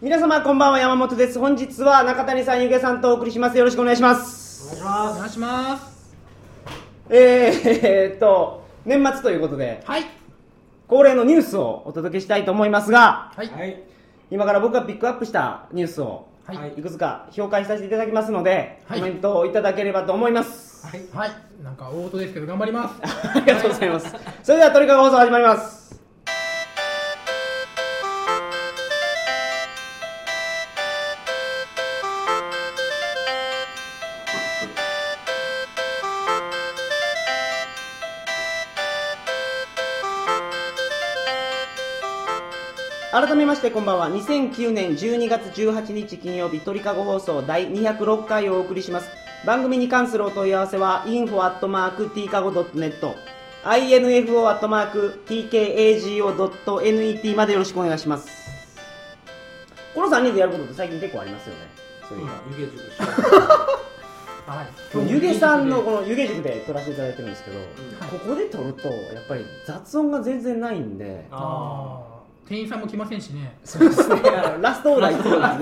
皆様こんばんは山本です本日は中谷さんゆげさんとお送りしますよろしくお願いしますお願いしまおす願いしますえー、えーっと年末ということではい恒例のニュースをお届けしたいと思いますがはいはい今から僕がピックアップしたニュースをはいはいいくつか紹介させていただきますので、はいコメントをいただければと思います はいはいなんか大事ですけど頑張ります ありがとうございます。それではトリカゴ放送始まります。改めましてこんばんは2009年12月18日金曜日鳥かご放送第206回をお送りします番組に関するお問い合わせは info.tkago.net info.tkago.net までよろしくお願いしますこの3人でやることって最近結構ありますよねそういえば湯気塾しはいこの湯気さんのこの湯気塾で撮らせていただいてるんですけど、はいここで撮るとやっぱり雑音が全然ないんでああ ー店員さんも来ませんしねそうですねあのラストオーダーいつもですねあ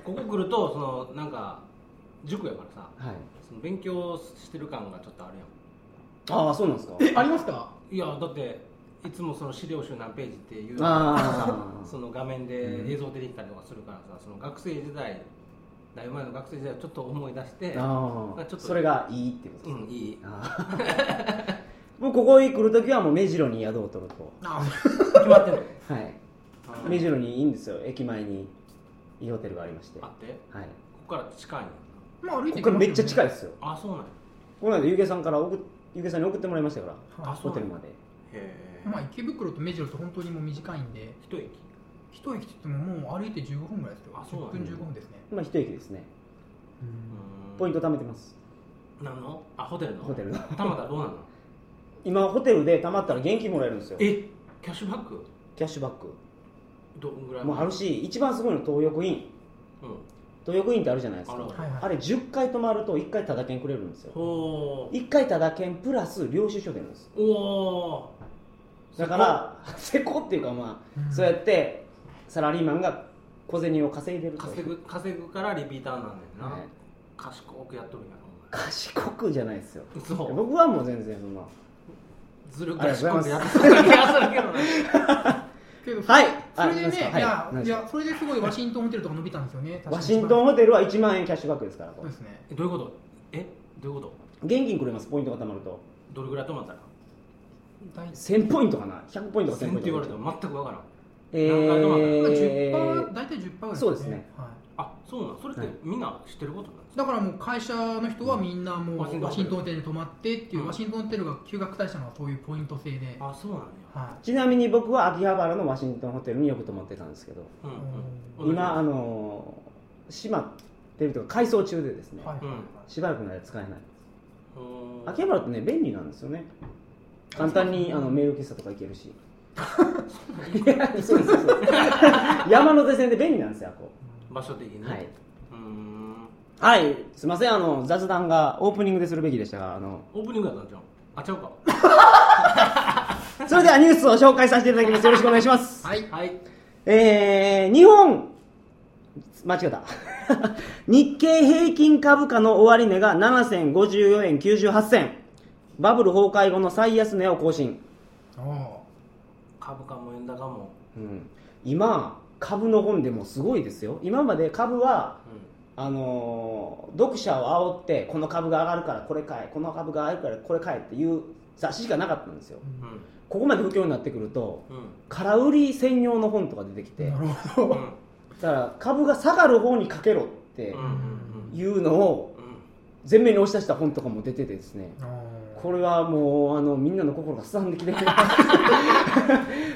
ここ来るとそのなんか塾やからさはいその勉強してる感がちょっとあるやんあ あそうなんですかありますかいやだっていつもその資料集何ページっていうあーその画面で映像出てきたりとかするからさその学生時代だいぶ前の学生時代をちょっと思い出してああちょっとそれがいいってことうですね、んいいああ もうここに来るときはもう目白に宿を取るとあ 決まって るはい目白にいいんですよ駅前にいいホテルがありましてあっはていここから近いんやまあ歩いこてこからめっちゃ近いいですよあそうなんやこの間ゆげさんから送っゆげさんに送ってもらいましたからあそホうテなルんやまでへえまあ池袋と目白って本当にもう短いんで一駅一駅って言ってももう歩いて15分ぐらいですよあそう10だね分15分ですねまあ一駅ですねうんポイント貯めてますなんのあホテルのホテルのたまたどうなの今ホテルで貯まったら現金もらえるんですよえキャッシュバックキャッシュバックどんぐらいもうあるし一番すごいの東横インうん東横インってあるじゃないですあかるはいはいあれ10回泊まると1回タダ券くれるんですよほー1回タダ券プラス領収書出るんですおーだからせこっていうかまあ、うんそうやってサラリーマンが小銭を稼いでると稼ぐ稼ぐからリピーターなんねんな、はい賢くやっとるんやろ賢くじゃないですよお前嘘僕はもう全然そんなずるありがとうご賢くざいやまっとる気がする けどねけどはいそあれでね、何い、ですかやはいいやそれですごいワシントンホテルとか伸びたんですよねワシントンンホテルは1万円キャッシュバックですからそうですねえどういうことえどういうこと現金くれますポイントが貯まるとどれぐらい泊まったら大体1000ポイントかな100ポイントか1000 1000っポイてン言トわれても全くわからんえ何回泊まっまたあー10%大体10%ぐらいそうですねはいあそうなんそれっはいてみんな知ってることなんですかだからもう会社の人はみんなもワシンうトンワホシテンルトンホテルに泊まってっていううんワシントンホテルが休学大したのはそういうポイント制で、あそうなんや、はちなみに僕は秋葉原のワシントンホテルによく泊まってたんですけどうんうん、今あののー閉まってるというか改装中でですいね、はいはいはいしばらくの間使えない秋葉原ってね便利なんですよね簡単にあのメール喫茶とか行けるしいやそうですそう です山手線で便利なんですよあこ場所的にはいうーんはいすいませんあの雑談がオープニングでするべきでしたがあのオープニングやったんじゃんあちゃうかそれではニュースを紹介させていただきますよろしくお願いしますはいはいえー、日本間違えた 日経平均株価の終値が7054円98銭バブル崩壊後の最安値を更新、お株価も円高も、うん、今株の本でもすごいですよ今まで株はうあのー読者を煽ってこの株が上がるからこれ買えこの株が上がるからこれ買えっていう雑誌しかなかったんですよんここまで不況になってくるとうん空売り専用の本とか出てきーてなだるほうんうどんから株が下がる方にかけろってうんうんいうのをうん前面に押し出した本とかも出ててですねおーこれはもうあのみんなの心がすさんで きて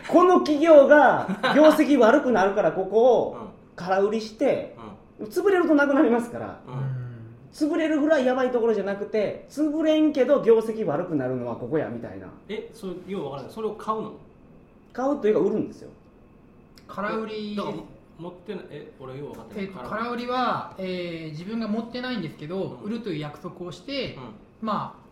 この企業が業績悪くなるからここうんを空売りしてう潰れるとなくなりますからんうん潰れるぐらいやばいところじゃなくて潰れんけど業績悪くなるのはここやみたいなえそれようわからないそれを買うの買うというか売るんですよ空売りだから持ってないえ俺ようわかってなえいっと空売りは、えー自分が持ってないんですけど、うん売るという約束をして、うんまあ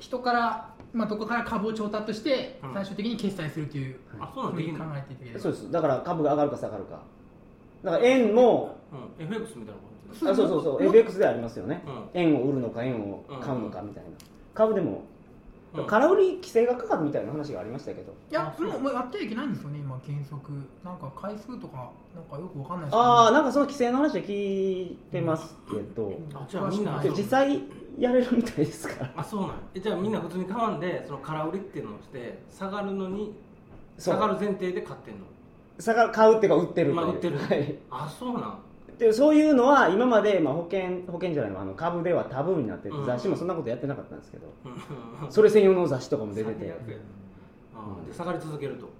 人からまあ、どこから株を調達してうん最終的に決済するというはいあそうなんふうできにん考のえていただければそうですだから株が上がるか下がるかだから円もうん FX みたいなもんですあそうそうそううん FX ではありますよね、うん円を売るのか円を買うのかみたいな、株でもうん空売り規制がかかるみたいな話がありましたけど、いやそれももうやっちゃいけないんですよね今原則なんか回数とかなんかよくわかんないですけどああなんかその規制の話は聞いてますけど、あじゃあみんなけど実際やれるみたいですからあそうなんやえじゃあみんな普通に買わんでその空売りっていうのをして下がるのにそう下がる前提で買ってんの下が買うっていうか売ってるというまあ売ってるはいあそうなんでそういうのは今まで、まあ、保険保険じゃないのあの株ではタブーになっててうん雑誌もそんなことやってなかったんですけど、 うんそれ専用の雑誌とかも出てて最悪やあーで下がり続けると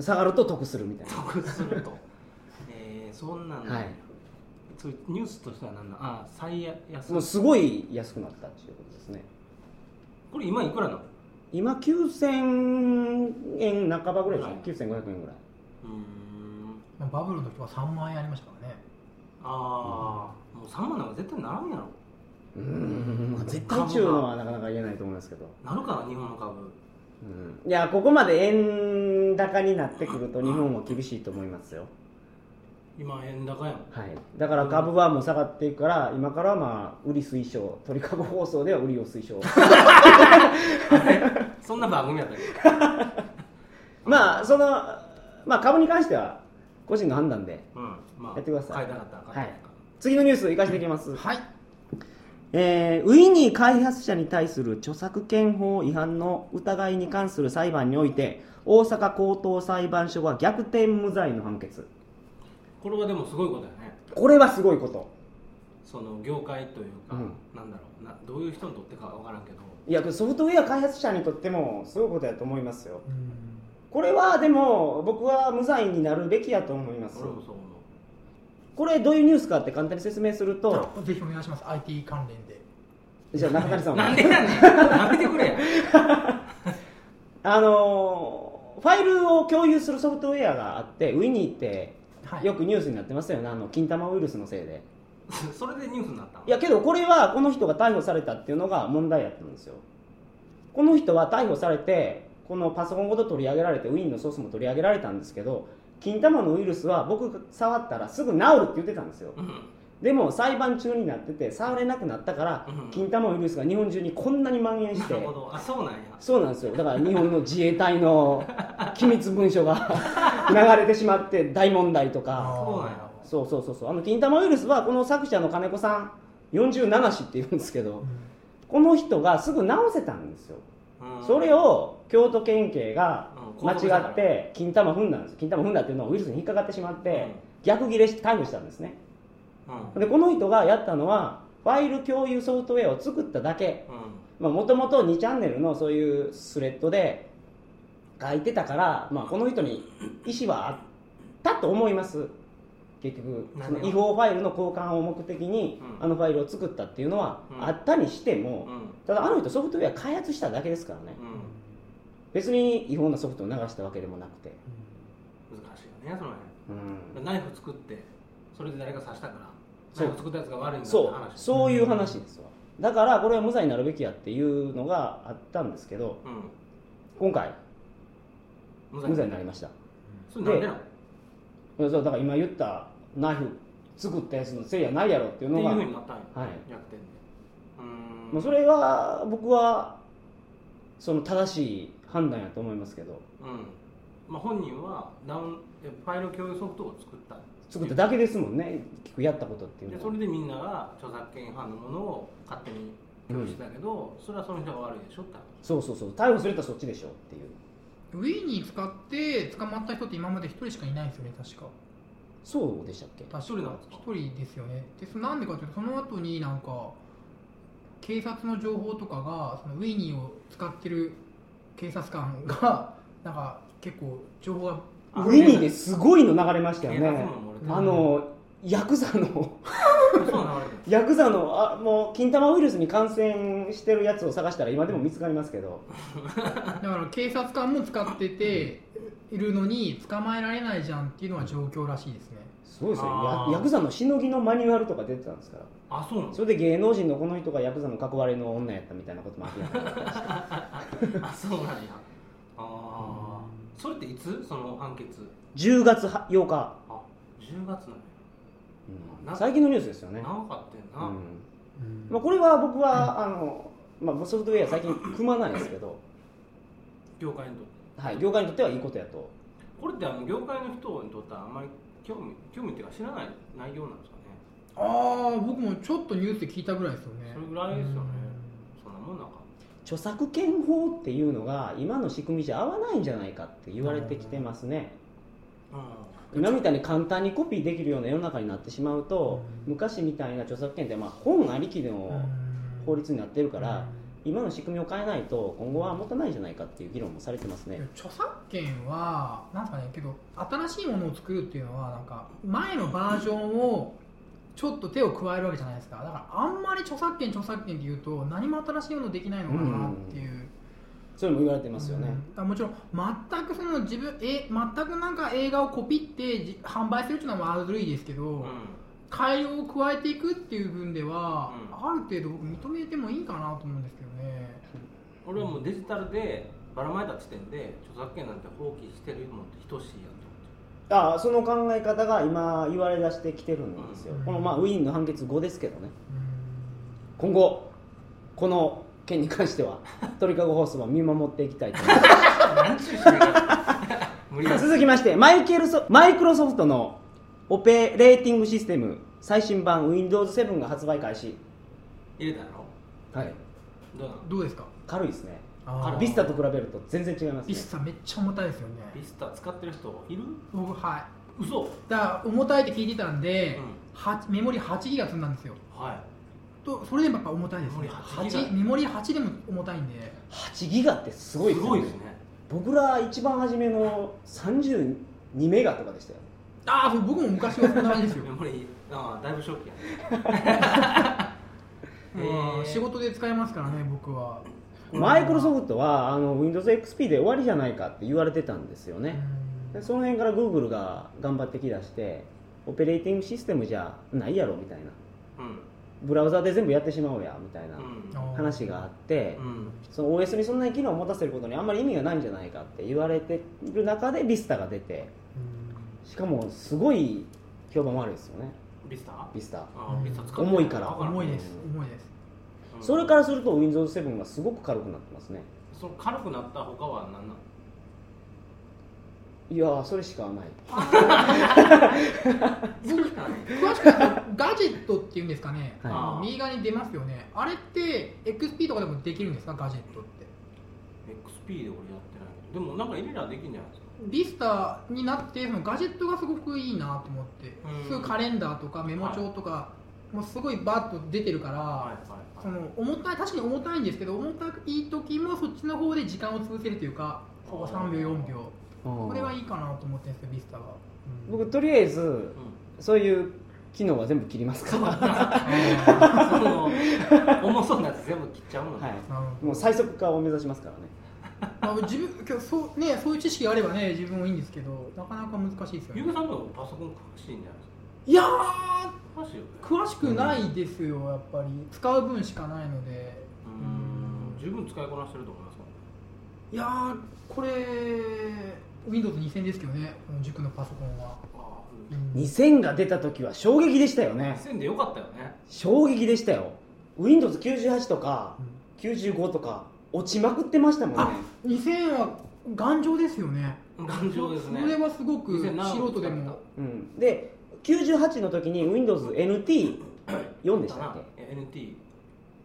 下がると得するみたいな得すると えー、そんなんなんやはいそうニュースとしては何なんあー最安もうすごい安くなったっていうことですねこれ今いくらなの今9000円半ばぐらいですね9500円ぐらいうーんまあバブルの時は3万円ありましたからねああもう3万なんか絶対ならんやろうーんまあ絶対中のはなかなか言えないと思いますけど、なるかな日本の株うん、いやここまで円高になってくると日本は厳しいと思いますよ今円高やもんはい、だから株はもう下がっていくから、今からはまあ売り推奨鳥かご放送では売りを 推奨そんな番組やったっけまあその、まあ、株に関しては個人の判断でうんまあやってください買いたかったら買いたかっ次のニュースいかしていきます、はいえーウィニー開発者に対する著作権法違反の疑いに関する裁判において大阪高等裁判所が逆転無罪の判決たこれはでもすごいことやねこれはすごいことその業界というか、うんなんだろうなどういう人にとってかわからんけどいやソフトウェア開発者にとってもすごいことだと思いますようんこれはでも僕は無罪になるべきやと思います俺もそう思うこれどういうニュースかって簡単に説明するじゃとあぜひお願いします IT 関連でじゃあ中谷さんなんはでやねんやめてくれやあのーファイルを共有するソフトウェアがあってウィニーってはいよくニュースになってますよねあの金玉ウイルスのせいでそれでニュースになったのいやけどこれはこの人が逮捕されたっていうのが問題やったんですよこの人は逮捕されてこのパソコンごと取り上げられてウィンのソースも取り上げられたんですけど金玉のウイルスは僕が触ったらすぐ治るって言ってたんですようんでも裁判中になってて触れなくなったからうん金玉ウイルスが日本中にこんなに蔓延しな てるほどあそうなんやそうなんですよだから日本の自衛隊の機密文書 が流れてしまって大問題とかーそうなんやそうそうそうそうあの金玉ウイルスはこの作者の金子さん47子っていうんですけどうんこの人がすぐ治せたんですようんそれを京都県警がうん間違って金玉踏んだんです金玉踏んだっていうのはウイルスに引っかかってしまって逆ギレして逮捕したんですねうんうんでこの人がやったのはファイル共有ソフトウェアを作っただけもともと2チャンネルのそういうスレッドで書いてたから、まあ、この人に意思はあったと思います結局なそるほどの違法ファイルの交換を目的にうんあのファイルを作ったっていうのはうんあったにしてうんもうんただあの人ソフトウェア開発しただけですからね別に違法なソフトを流したわけでもなくて、うん難しいよねそのうん辺ナイフ作ってそれで誰か刺したからそうナイフ作ったやつが悪いんだってそう話そういう話ですわだからこれは無罪になるべきやっていうのがあったんですけどうん今回無無罪になりりましたそれなんでなのっそうだから今言ったナイフ作ったやつのせいやないやろっていうてのいうがふうになったんやはい逆転でうーんまあ、それは僕はその正しい判断やと思いますけどうんまあ、本人はダウンえファイル共有ソフトを作った作っただけですもんね結構やったことっていうでのそはれでみんなが著作権違反のものを勝手に共有してたけど、それはその人が悪いでしょって話そうそうそう逮捕するとそっちでしょっていうウィーに使って捕まった人って今まで一人しかいないんですよね確かそうでしたっけ確か一人なんですか一人ですよねでそなんでかというとその後になんか警察の情報とかがそのウィニーを使ってる警察官 がなんか結構情報があウィニーですごいの流れましたよ警察ねも漏れてうるんあのヤクザの そうなの流れてるヤクザのあもう金玉ウイルスに感染してるやつを探したら今でも見つかりますけどだから警察官も使ってているのに捕まえられないじゃんっていうのは状況らしいですねすごいですねあやーヤクザのしのぎのマニュアルとか出てたんですからあそうなのそれで芸能人のこの人がヤクザの囲われの女やったみたいなことも明らかになったりして あそうなんや ああそれっていつその判決10月8日、あ10月なのようんな最近のニュースですよね、長かったような、んまあ、これは僕はあの、まあ、ソフトウェア最近組まないですけど、 業界にとってはい、業界にとってはいいことやとこれってあの業界の人にとってはあんまり興味興味っていうか知らない内容なんですかねああ僕もちょっとニュースで聞いたぐらいですよねそれぐらいですよねそんなもんなんか著作権法っていうのが今の仕組みじゃ合わないんじゃないかって言われてきてますね、う今みたいに簡単にコピーできるような世の中になってしまうと、うん昔みたいな著作権ってまあ本ありきの法律になってるから、今の仕組みを変えないと今後は持たないんじゃないかっていう議論もされてますいやね、著作権はなんすかねけど新しいものを作るっていうのはなんか前のバージョンをちょっと手を加えるわけじゃないですかだからあんまり著作権著作権っていうと何も新しいものできないのかなっていう、それも言われてますよね、うんあもちろん全くその自分え全くなんか映画をコピってじ販売するっていうのはまずるいですけど、ん、うん改良を加えていくっていう分では、うんある程度僕認めてもいいかなと思うんですけどね俺はもうデジタルでばらまいた時点で著作権なんて放棄してるもんって等しいやんとああその考え方が今言われ出してきてるんですよ、うんこのまあウィーンの判決後ですけどねうん今後この件に関 しては鳥かご放送は見守っていきたいと思いま何ちゅうしてるか 無理やす 続きましてマイケルソマイクロソフトのオペレーティングシステム最新版 Windows7 が発売開始入れたやろはいどうなのどうですか軽いですねあービスタと比べると全然違いますビねスタめっちゃ重たいですよねビスタ使ってる人いる僕はい嘘だから重たいって聞いてたんで、うはメモリ8ギガ積んだんですよはとそれでもやっぱ重たいですメモリね8メモリ8 8ギガでも重たいんで8ギガってすいごいですすよごねいですね僕ら一番初めの32メガとかでしたよああそう僕も昔はそんな感じです よメモリああだいぶショッキやねうん仕事で使えますからね僕はマイクロソフトはあの Windows XP で終わりじゃないかって言われてたんですよね、うんでその辺から Google が頑張ってきだしてオペレーティングシステムじゃないやろみたいなうんブラウザーで全部やってしまおうやみたいなう話があって、んうんその OS にそんなに機能を持たせることにあんまり意味がないんじゃないかって言われてる中で Vista が出てしかもすごい評判悪いですよねビスタあ Vista あビスタ使ってる重いからわん重いです重いですうんそれからすると Windows7 がすごく軽くなってますねその軽くなった他は何なのいやーそれしかない詳それしかないしくはガジェットっていうんですかね、はいあの右側に出ますよねあれって XP とかでもできるんですかガジェットって XP で俺やってないけどでもなんか入れらできんじゃないですかビスタになってそのガジェットがすごくいいなと思って、うんすぐカレンダーとかメモ帳とか、もうすごいバッと出てるから、はいはいそはいの重たい確かに重たいんですけど重たい時もそっちの方で時間を潰せるというかここ3秒4秒これはいいかなと思ってるんですよビスタは、うん僕とりあえずうんそういう機能は全部切りますから その重そうなやつ全部切っちゃうのねはなるい、もう最速化を目指しますからねほどまあ自分今日そうねそういう知識があればね自分もいいんですけどなかなか難しいですよゆねうげさんの方がパソコン詳しいんじゃないですいやーか詳しいよね詳しくないですよやっぱり使う分しかないのでうーん十分使いこなしてると思いますよいやーこれ Windows2000 ですけどねこの塾のパソコンは、ああううんん2000が出た時は衝撃でしたよね1000でよかったよね衝撃でしたよ Windows98 とかうん95とか落ちまくってましたもんねあ2000は頑丈ですよね頑丈ですねそれはすごく2000何素人でもうん、で98の時に WindowsNT4 でしたっえ NT け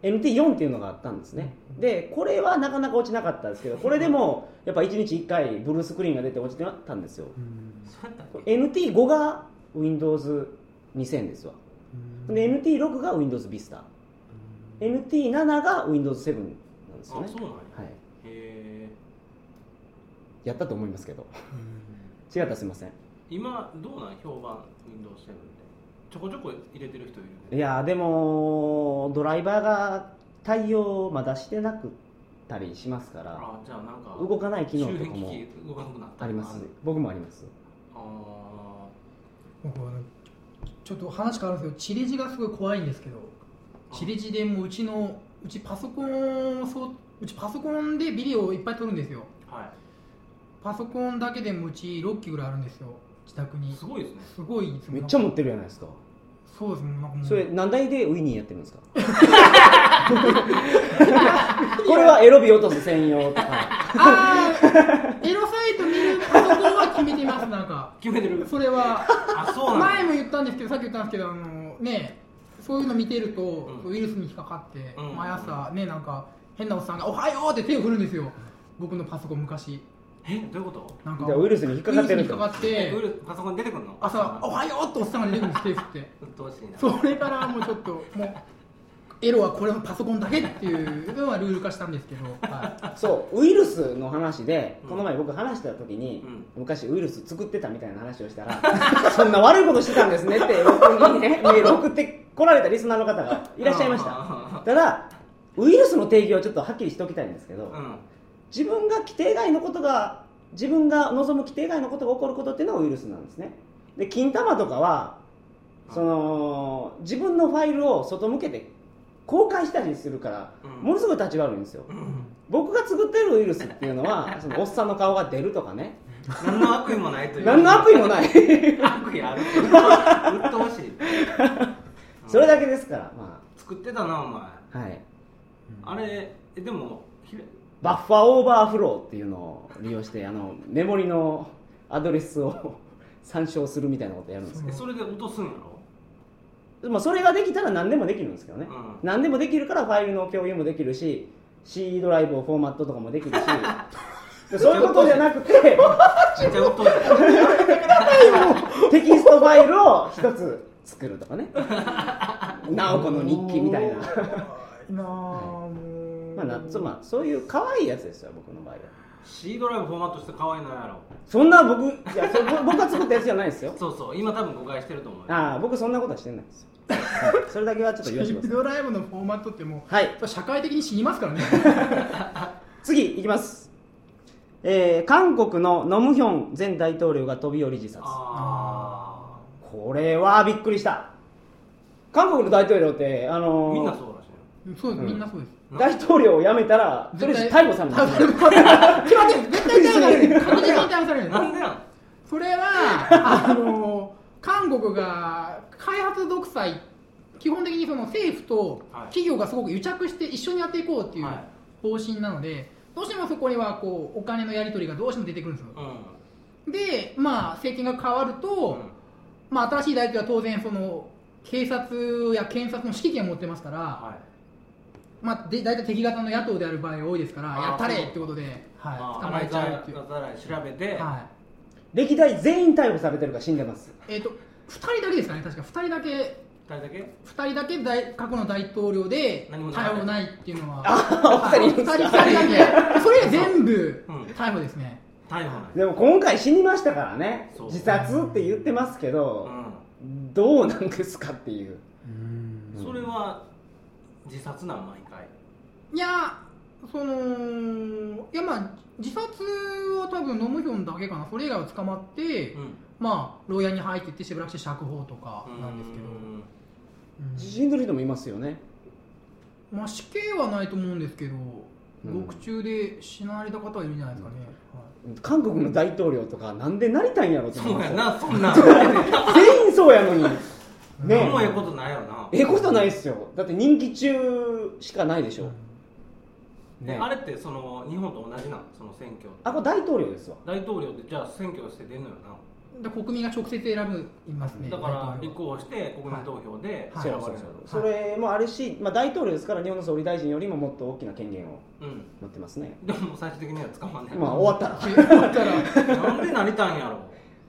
NT4 っていうのがあったんですねでこれはなかなか落ちなかったんですけどこれでもやっぱ1日1回ブルースクリーンが出て落ちてたんですよそうやったっけ NT5 が Windows2000 ですわで NT6 が Windows Vista NT7 が Windows7 なんですよあねはいそうなんやへえやったと思いますけど違ったらすいません今どうなん評判 Windows7 でちょこちょこ入れてる人いるいやーでもドライバーが対応まだしてなくったりしますからあじゃあなんか動かない機周能と辺かも機器動かなくなったとかあります僕もありますあ僕はねちょっと話変わるんですけどチレジがすごい怖いんですけどチレジでもううちのうちパソコンをそううちパソコンでビデオをいっぱい撮るんですよーはパソコンだけでもうち6機ぐらいあるんですよ自宅いにすごいですねすごいですめっちゃも持ってるじゃないですかそうですもうなんかもうそれ何台でウィニーやってるんですか これはエロビ落とす専用とかああエロサイト見るパソコンは決めてますなんか決めて るそれはあそうな前んだも言ったんですけどさっき言ったんですけどあのねそういうの見てると、うんウイルスに引っかかって、うん毎朝ねなんか変なおっさんが「おはよう!」って手を振るんですよ僕のパソコン昔えどういうことなんかじゃあウイルスに引っかかってウイるルスに引っかかっえてウイルスパソコンに出てくるの朝「おはよう!」っておっさんが出てくるんです手振ってうっとうしいなそれからもうちょっともうエロはこれのパソコンだけっていうのはルール化したんですけど、は いそうウイルスの話でうんこの前僕話した時に、うん昔ウイルス作ってたみたいな話をしたら そんな悪いことしてたんですねって僕 にねメール送ってこられたリスナーの方がいらっしゃいましあたたーだウイルスの定義をちょっとはっきりしておきたいんですけど、うん自分が規定外のことが自分が望む規定外のことが起こることっていうのはウイルスなんですねで金玉とかはその自分のファイルを外向けて公開したりするから、うんものすごい立ち悪いんですようん僕が作ってるウイルスっていうの はそのおっさんの顔が出るとかね何の悪意もないという何の悪意もない悪意あるうっとうしい それだけですからま作ってたなお前あはいあれえでもひれバッファーオーバーフローっていうのを利用してあのメモリのアドレスを 参照するみたいなことやるんですえそれで落とすんやろまあ、それができたら何でもできるんですけどね、うん何でもできるからファイルの共有もできるし C ドライブをフォーマットとかもできるし でそういうことじゃなくてめっちゃうっとうしいテキストファイルを一つ作るとか ね直子の日記みたいな なあもうまあなそうまあ、そういう可愛いやつですよ僕の場合は C ドライブフォーマットして可愛いのやろそんな僕いやそ 僕が作ったやつじゃないですよそうそう今多分誤解してると思うよああ僕そんなことはしてないですよ、はいそれだけはちょっと言わせてくだドライブのフォーマットってもうさいはいやっぱ社会的に死にますから ね次いきます、えー韓国のノムヒョン前大統領が飛び降り自殺あこれはびっくりした韓国の大統領ってああのーみんなそうらしいよそうです、うんみんなそうです大統領を辞めたらとりあえず逮捕され逮ま捕すされます 決まってる絶対逮捕される確実に逮捕され るなんでやんそれはあの韓国が開発独裁基本的にその政府とはい企業がすごく癒着して一緒にやっていこうっていうはい方針なので、どうしてもそこにはこうお金のやり取りがどうしても出てくるんですようでまあ政権が変わると、んまあ、新しい大統領は当然その警察や検察の指揮権を持ってますから、はいまあ、で大体敵方の野党である場合が多いですからあーやったれってことで、はい、捕捕ままええちちゃゃううっていう、調べては歴代全員逮捕されてるから死んでますいえー、と2人だけですかね確か2人だけ誰だけ二人だけ大過去の大統領で何もない逮捕ないっていうのはあはい二人いるん二ですか人二人だけそれ全部うん逮捕ですね、逮捕ないでも今回死にましたからねそう自殺って言ってますけど、どうなんですかっていううんそれは自殺なん毎回い、やそのいやまあ自殺は多分ノムヒョンだけかなそれ以外は捕まって、うんまあ牢屋に入っていってしばらくして釈放とかなんですけど、うんうん死んでる人もいますよねまあ死刑はないと思うんですけどうん獄中で死なれた方はいるんじゃないですかね、はい韓国の大統領とかなんでなりたいんやろって思いそうまやすよ なそんなん全員そうやのにね何もええことないよなええことないっすよだって人気中しかないでしょ、でねあれってその日本と同じなのその選挙あこれ大統領ですわ大統領ってじゃあ選挙して出んのよなで国民が直接選ぶいますねだから大立統領は候補して国民投票ではいそう選そうばそれうるのよそれもあるし、まあ、大統領ですから日本の総理大臣よりももっと大きな権限をうん持ってますね、でも最終的には捕まんねまあ、ん終わったら、 終わ ったらなんでなりたんやろ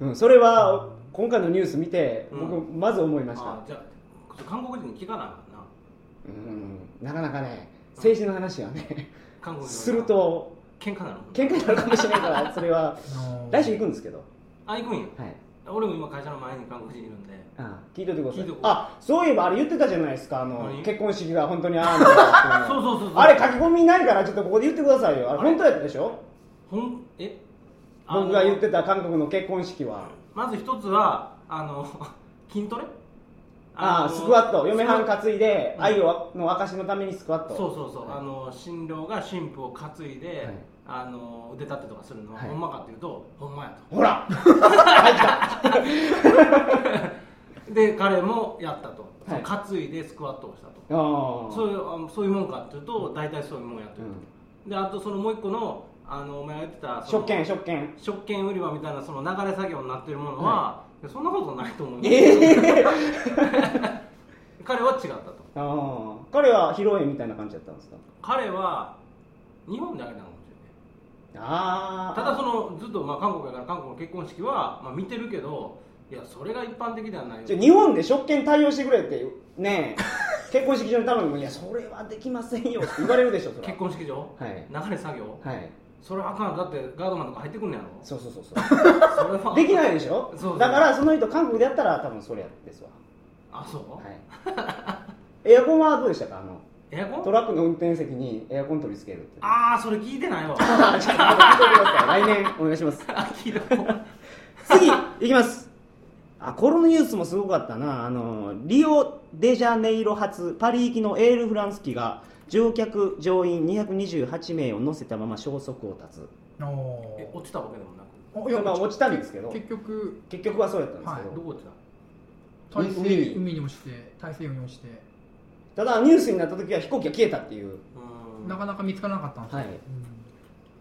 うん、それは今回のニュース見てうん僕まず思いました、あじゃあ韓国人に聞かなあかんなうんなかなかね政治の話はね韓国人はすると喧嘩なの喧嘩になるかもしれないからそれは来週行くんですけどあ行くんやはいあ俺も今会社の前に韓国人いるんであ聞いといてください聞いとこうあそういえばあれ言ってたじゃないですかあの何結婚式が本当にああなんだ っていそうそうそうそうあれ書き込みないからちょっとここで言ってくださいよあれあれ本当やったでしょほんえあの僕が言ってた韓国の結婚式はまず一つはあの 筋トレああのスクワット嫁はんスクワッ担いでうん愛をの証のためにスクワットトそうそうそう、はいあの新郎が新婦を担いで、はいあの腕立てとかするのははいほんまかっていうと、ほんまやほらとで彼もやったと、はい担いでスクワットをしたとあーそういうあのそういうもんかっていうと大体そういうもんやってると、であとそのもう一個のあのお前が言ってたそ食の券食券食券売り場みたいなその流れ作業になってるものは、いやそんなことないと思う、彼は違ったと ああ彼は披露宴みたいな感じだったんですか彼は日本であげたのかもしれないああただそのずっとまあ韓国やから韓国の結婚式はまあ見てるけどいやそれが一般的ではないよじゃあ日本で食券対応してくれって ねえ結婚式場に頼んでもいやそれはできませんよって言われるでしょそれ結婚式場はい流れ作業はいそれはあかんだってガードマンとか入ってくんねやろそうそうそうそうそれはできないいでしょそうそうだからその人韓国でやったら多分それやですわあそう、はい エアコンはどうでしたかあのエアコントラックの運転席にエアコン取り付けるってああそれ聞い てないわあちょっと聞いてください来年お願いしますあ聞いたことない次いきますあコロナニュースもすごかったなあのリオデジャネイロ発パリ行きのエールフランス機が乗客乗員228名を乗せたまま消息を絶つおえ落ちたわけでもなくーあいまあ落ちたんですけど結局結局はそうやったんですけど、どこ落ちた大西海に海に落ちて大西洋に落ちてただニュースになった時は飛行機が消えたっていううーんなかなか見つからなかったんですよはいうんだか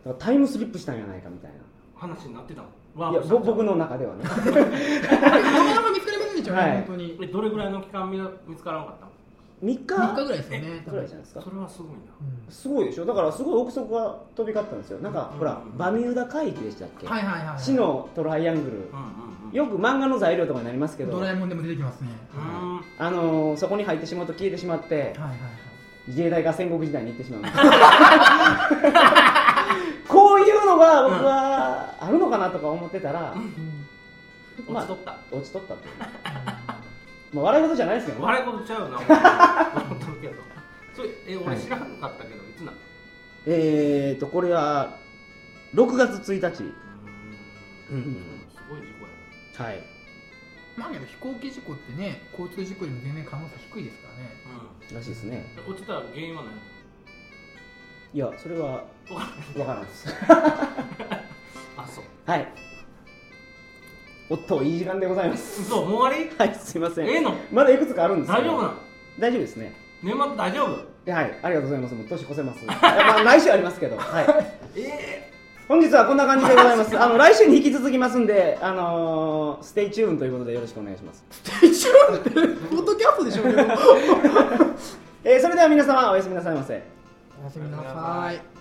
らタイムスリップしたんじゃないかみたいな話になってたのいやぼ僕の中では ねなかなか見つかりませんでしたよね、はい本当に。えどれぐらいの期間見見つからなかったの3日3日ぐらいですよね、多ぐらいじゃない分ですかそれはすごいなうんすごいでしょだからすごい憶測が飛び交ったんですよなんかほらバミューダ海域でしたっけ、はいはいはいはい。死のトライアングル、うんうんうんよく漫画の材料とかになりますけどドラえもんでも出てきますね。うーんあのーそこに入ってしまうと消えてしまってはいはいはい。自衛隊が戦国時代に行ってしまうん ですこういうのが僕はあるのかなとか思ってたら、まあ落ちとった落ちとったという、まあ、笑い事じゃないですけどね笑い事ちゃうな思っとるけどそれえは俺い知らなかったけどいつなのえーとこれは6月1日、うーんうんすごい事故やなはい、まあけど飛行機事故ってね、交通事故よりも全然可能性低いですから ね。らしいですねうん落ちたら原因はないいやそれはわからんですあそう はいおっといい時間でございます嘘もう終わはいすいませりんええのまだいくつかあるんですけ大ど丈夫なの大丈夫ですね年末大丈夫はい、ありがとうございます。もう年越せ ます。まあ、来週ありますけ ど、はい。え本日はこんな感じでござい ます。あの、来週に引き続きますんで、あのー、ステイチューンということでよろしくお願いします。一応って、 フォトキャストで しょうけど。えーそれでは皆様、おやすみなさいませ。おやすみなさい。